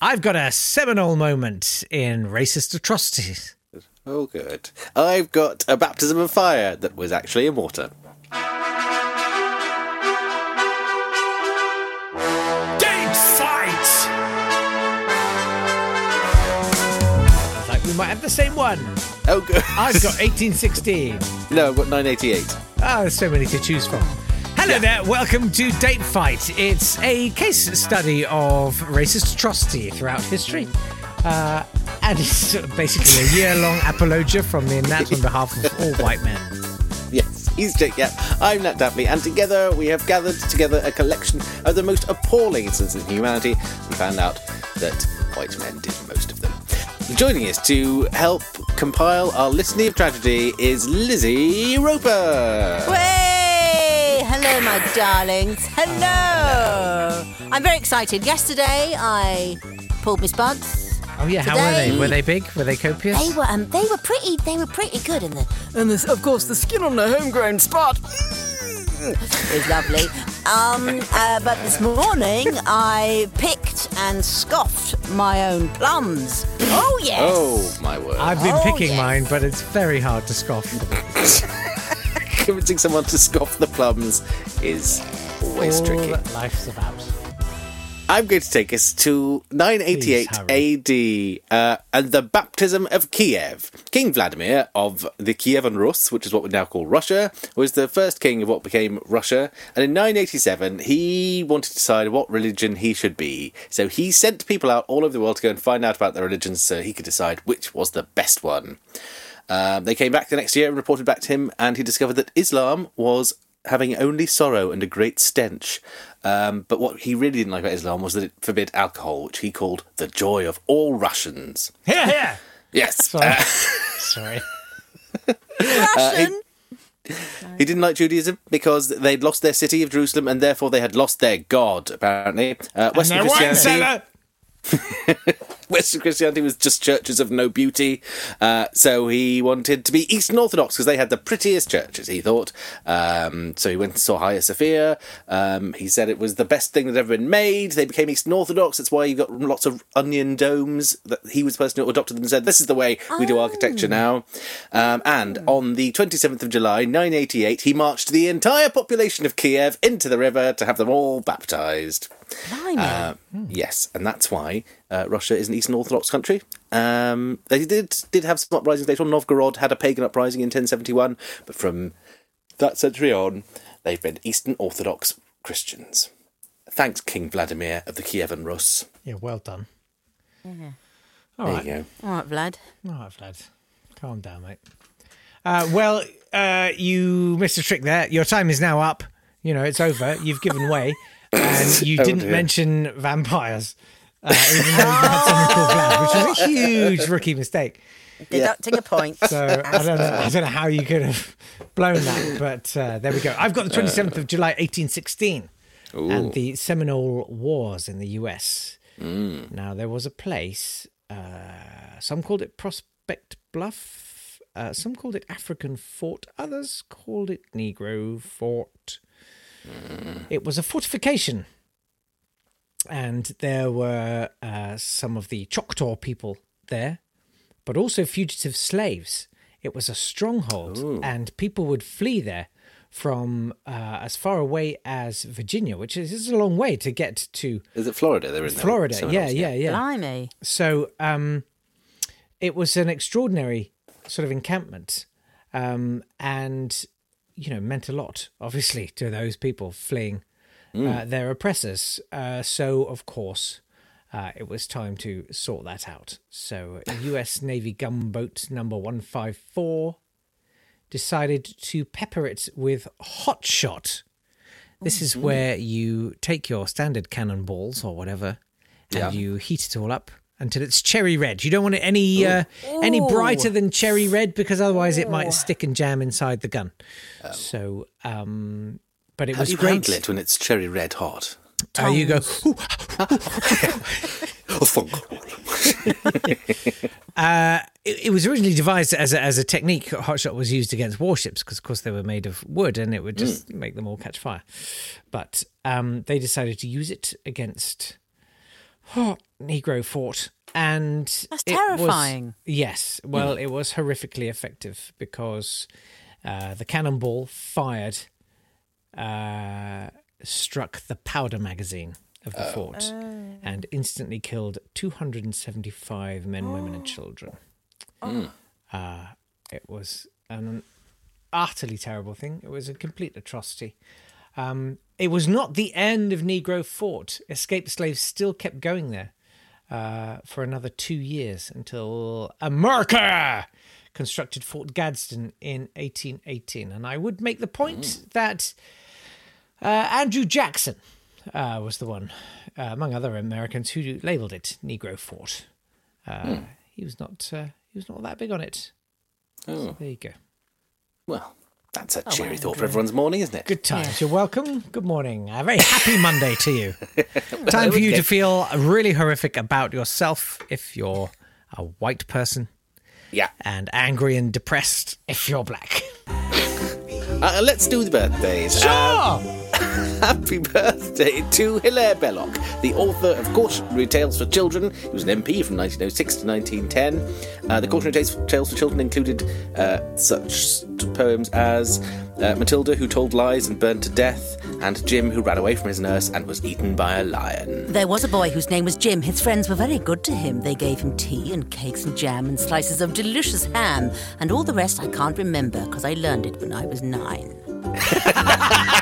I've got a seminal moment in racist atrocities. Oh, good. I've got a baptism of fire that was actually in water. Date fight! Like we might have the same one. Oh, good. I've got 1816. no, I've got 988. Ah, there's so many to choose from. Hello there, welcome to Date Fight. It's a case study of racist atrocity throughout history. Uh, and it's basically a year long apologia from the Nat on behalf of all white men. Yes, he's Jake Yap. I'm Nat Dabney, and together we have gathered together a collection of the most appalling instances in humanity and found out that white men did most of them. Joining us to help compile our litany of tragedy is Lizzie Roper. Way! Hello, my darlings. Hello. I'm very excited. Yesterday, I pulled Miss Bunce. Oh, yeah, how were they? Today- Were they big? Were they copious? They were um, they were pretty they were pretty good in the And this, of course, the skin on the homegrown spot. was lovely. Um, uh, but this morning I picked and scoffed my own plums. Oh yes. Oh, my word. I've been Oh, picking yes. mine, but it's very hard to scoff. Convincing someone to scoff the plums is always all tricky. that life's about. I'm going to take us to 988 AD uh, and the baptism of Kiev. King Vladimir of the Kievan Rus, which is what we now call Russia, was the first king of what became Russia. And in 987, he wanted to decide what religion he should be. So he sent people out all over the world to go and find out about their religions so he could decide which was the best one. Um, they came back the next year and reported back to him, and he discovered that Islam was having only sorrow and a great stench. Um, but what he really didn't like about Islam was that it forbid alcohol, which he called the joy of all Russians. Here, here! Yes. Sorry. Uh, Sorry. Russian. he didn't like Judaism because they'd lost their city of Jerusalem and therefore they had lost their God, apparently. Uh, Western, Christianity, Western Christianity was just churches of no beauty. Uh, so he wanted to be Eastern Orthodox because they had the prettiest churches, he thought. Um, so he went and saw Hagia Sophia. Um, he said it was the best thing that ever been made. They became Eastern Orthodox. That's why you got lots of onion domes. That he was the person who adopted them and said, This is the way we do architecture now. Um, and on the 27th of July, 988, he marched the entire population of Kiev into the river to have them all baptized. Blimey. Uh, Yes, and that's why uh, Russia is an Eastern Orthodox country. Um, they did did have some uprisings later on. Novgorod had a pagan uprising in 1071, but from that century on, they've been Eastern Orthodox Christians. Thanks, King Vladimir of the Kievan Rus. Yeah, well done. All There right. you go. All right, Vlad. All right, Vlad. Calm down, mate. Uh, well, uh, you missed a trick there. Your time is now up. You know, it's over. You've given way. And you Oh, didn't dear. mention vampires, uh, even though you had someone called Vlad, which was a huge rookie mistake. Deducting a point. So I don't know. I don't know how you could have blown that, but uh, there we go. I've got the 27th of July, 1816, and the Seminole Wars in the U.S. Now there was a place. Uh, some called it Prospect Bluff. Uh, some called it African Fort. Others called it Negro Fort. It was a fortification and there were uh, some of the Choctaw people there, but also fugitive slaves. It was a stronghold, and people would flee there from uh, as far away as Virginia, which is, is a long way to get to Is it Florida? They're in there? Florida. Somewhere yeah, else, yeah, yeah. Blimey. So um, it was an extraordinary sort of encampment, um, and you know meant a lot, obviously, to those people fleeing Mm. uh, their oppressors. Uh, so of course. Uh, it was time to sort that out. So, US Navy gunboat number 154 decided to pepper it with hot shot. This is Mm-hmm. where you take your standard cannonballs or whatever, and you heat it all up until it's cherry red. You don't want it any uh, any brighter than cherry red because otherwise it might stick and jam inside the gun. So, um, but it Oh. How was do you great. handle it when it's cherry red hot? Uh, you go. "Ooh, Oh, thunk. it, it was originally devised as a, as a technique. Hot shot was used against warships because, of course, they were made of wood and it would just Mm. make them all catch fire. But um, they decided to use it against Negro fort. And That's it was- terrifying. Mm. yes. Well, it was horrifically effective because uh, the cannonball fired uh, struck the powder magazine of Oh. the fort and instantly killed 275 men, women, and children. Uh, it was an utterly terrible thing. It was a complete atrocity. Um, it was not the end of Negro Fort. Escaped slaves still kept going there uh, for another two years until America constructed Fort Gadsden in 1818. And I would make the point that uh, Andrew Jackson uh, was the one, uh, among other Americans, who labelled it Negro Fort. Uh, He was not. Uh, he was not that big on it. Oh, There you go. well, that's a cheery thought for everyone's morning, isn't it? Oh, Good times. You're welcome. Good morning. A very happy Monday to you. Time for you to feel really horrific about yourself if you're a white person, Yeah. and angry and depressed if you're black. Uh, let's do the birthdays. Oh, Happy birthday to Hilaire Belloc, the author of Cautionary Tales for Children. He was an MP from 1906 to 1910. Uh, the Cautionary Tales, Tales for Children included uh, such poems as uh, Matilda, who told lies and burned to death, and Jim, who ran away from his nurse and was eaten by a lion. There was a boy whose name was Jim. His friends were very good to him. They gave him tea and cakes and jam and slices of delicious ham and all the rest I can't remember because I learned it when I was nine.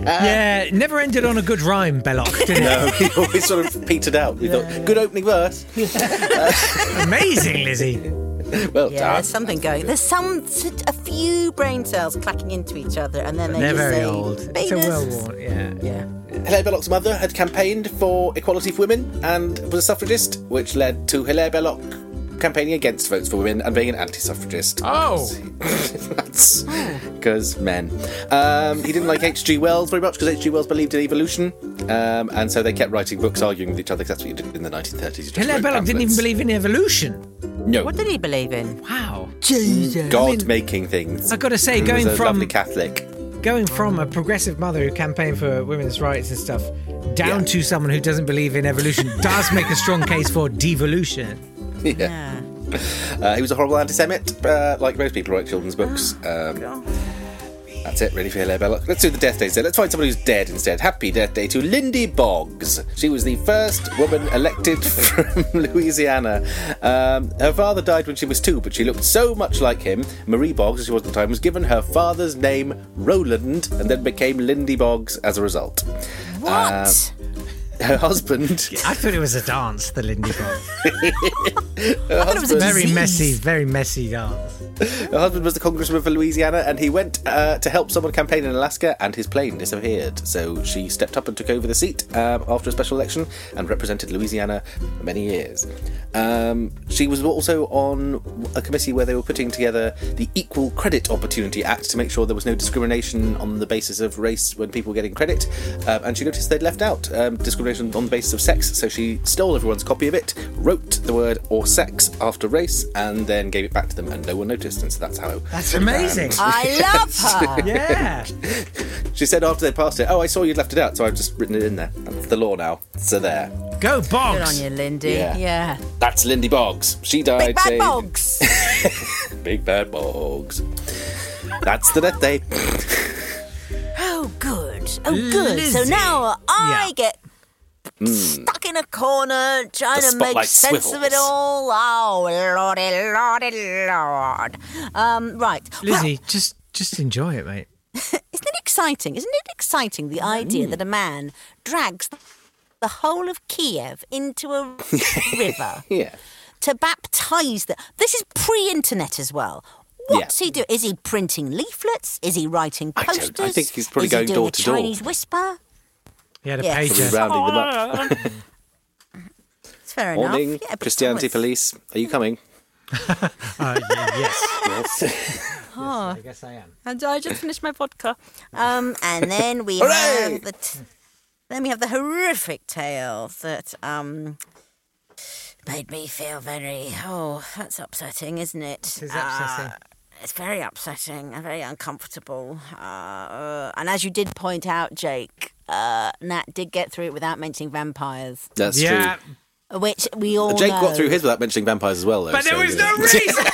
yeah, it never ended on a good rhyme, Belloc, did it? No, Oh, he always sort of petered out. We thought, good opening verse. Amazing, Lizzie. Well Yeah, done. there's something going. There's some, a few brain cells clacking into each other, and then they They're just very say, old. It's a "Venus." well worn. Yeah. Yeah. Hilaire Belloc's mother had campaigned for equality for women and was a suffragist, which led to Hilaire Belloc campaigning against votes for women and being an anti suffragist. Oh. That's because men. Um, he didn't like H.G. Wells very much because H.G. Wells believed in evolution, um, and so they kept writing books arguing with each other 'cause that's what you did in the 1930s. You just Hilaire wrote Belloc didn't even pamphlets. believe in evolution. No. What did he believe in? Wow. Jesus. God making things. I got to say, He Mm, was going a from lovely Catholic. going from a progressive mother who campaigned for women's rights and stuff down Yeah. to someone who doesn't believe in evolution does make a strong case for devolution. yeah. Yeah. Uh, he was a horrible anti-Semite, uh, like most people who write children's books. um, that's it, really, for Hilaire Belloc. Let's do the death days. Then. Let's find somebody who's dead instead. Happy death day to Lindy Boggs. She was the first woman elected from Louisiana. Um, her father died when she was two, but she looked so much like him. Marie Boggs, as she was at the time, was given her father's name Roland, and then became Lindy Boggs as a result. What? Her husband, I thought it was a dance, the Lindy Bob. I thought it was a very disease. messy, very messy dance. her husband was the congressman for Louisiana, and he went uh, to help someone campaign in Alaska, and his plane disappeared. So she stepped up and took over the seat um, after a special election and represented Louisiana for many years. Um, she was also on a committee where they were putting together the Equal Credit Opportunity Act to make sure there was no discrimination on the basis of race when people were getting credit. Um, and she noticed they'd left out um, discrimination on the basis of sex, so she stole everyone's copy of it, wrote the word or sex after race, and then gave it back to them, and no one noticed. And so that's how. That's amazing. I love her. Yeah. She said after they passed it, Oh, I saw you'd left it out, so I've just written it in there. That's the law now. So there. Go Good on Boggs. you, Lindy. Yeah. Yeah. That's Lindy Boggs. She died. Big bad saying- bogs. Big Bad Boggs. That's the death day. Oh, good. Oh, good. So Lizzie. now I Yeah. get stuck in a corner trying Hmm. The to make spotlight sense of it swivels. all. Oh, lordy, lordy, lord. Um, right. Well, Lizzie, just just enjoy it, mate. isn't it exciting? Isn't it exciting the idea that a man drags the whole of Kiev into a river yeah. to baptize them? This is pre-internet as well. What's Yeah. he doing? Is he printing leaflets? Is he writing I don't- I posters? think he's probably is he going doing door a to door. Chinese whisper. He had a Yeah. Probably pager. rounding them up. It's fair Morning, enough. Yeah, but Hmm. Christianity it's- police. Are you coming? Uh, yes. I guess I am. And I just finished my vodka. Um, and then we Hooray! have the t- then we have the horrific tale that um made me feel very oh that's upsetting, isn't it? It is upsetting. it's Uh, very upsetting and very uncomfortable. Uh, and as you did point out, Jake, uh, Nat did get through it without mentioning vampires, That's yeah, true. which we all Jake know. got through his without mentioning vampires as well, though. but so, there was you know. no reason.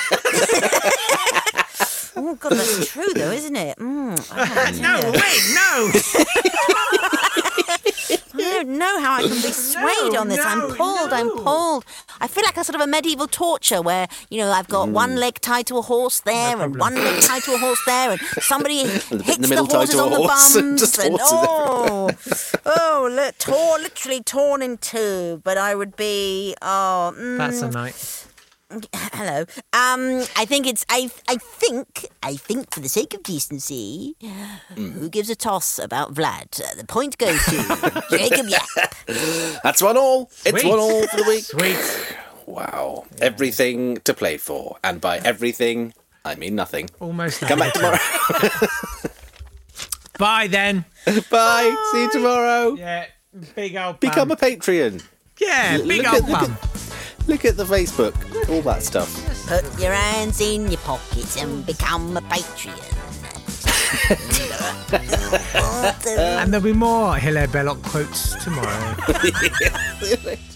Oh god, that's true though, isn't it? Mm, I, don't no, know. wait, no. I don't know how I can be swayed on this. I'm no, pulled. I'm no. pulled. I feel like a sort of a medieval torture where you know I've got Mm. one leg tied to a horse there and one leg tied to a horse there, and somebody hits the, middle tied horses to a on horse the and bums, just and horses oh, oh, li- torn, literally torn in two. But I would be oh. mm, That's a night. Hello. Um, I think it's I. I think I think for the sake of decency, Mm. who gives a toss about Vlad? Uh, the point goes to Jacob Yap. That's one all. It's Sweet. one all for the week. Sweet. Wow. Everything to play for. And by everything, I mean nothing. Almost. Come back tomorrow. Bye then. Bye. See you tomorrow. Yeah. Big old bum. Become a Patreon. yeah, big look old at- look bum. Look at the Facebook. All that stuff. Put your hands in your pockets and become a Patreon. And there'll be more Hilaire Belloc quotes tomorrow. See you later.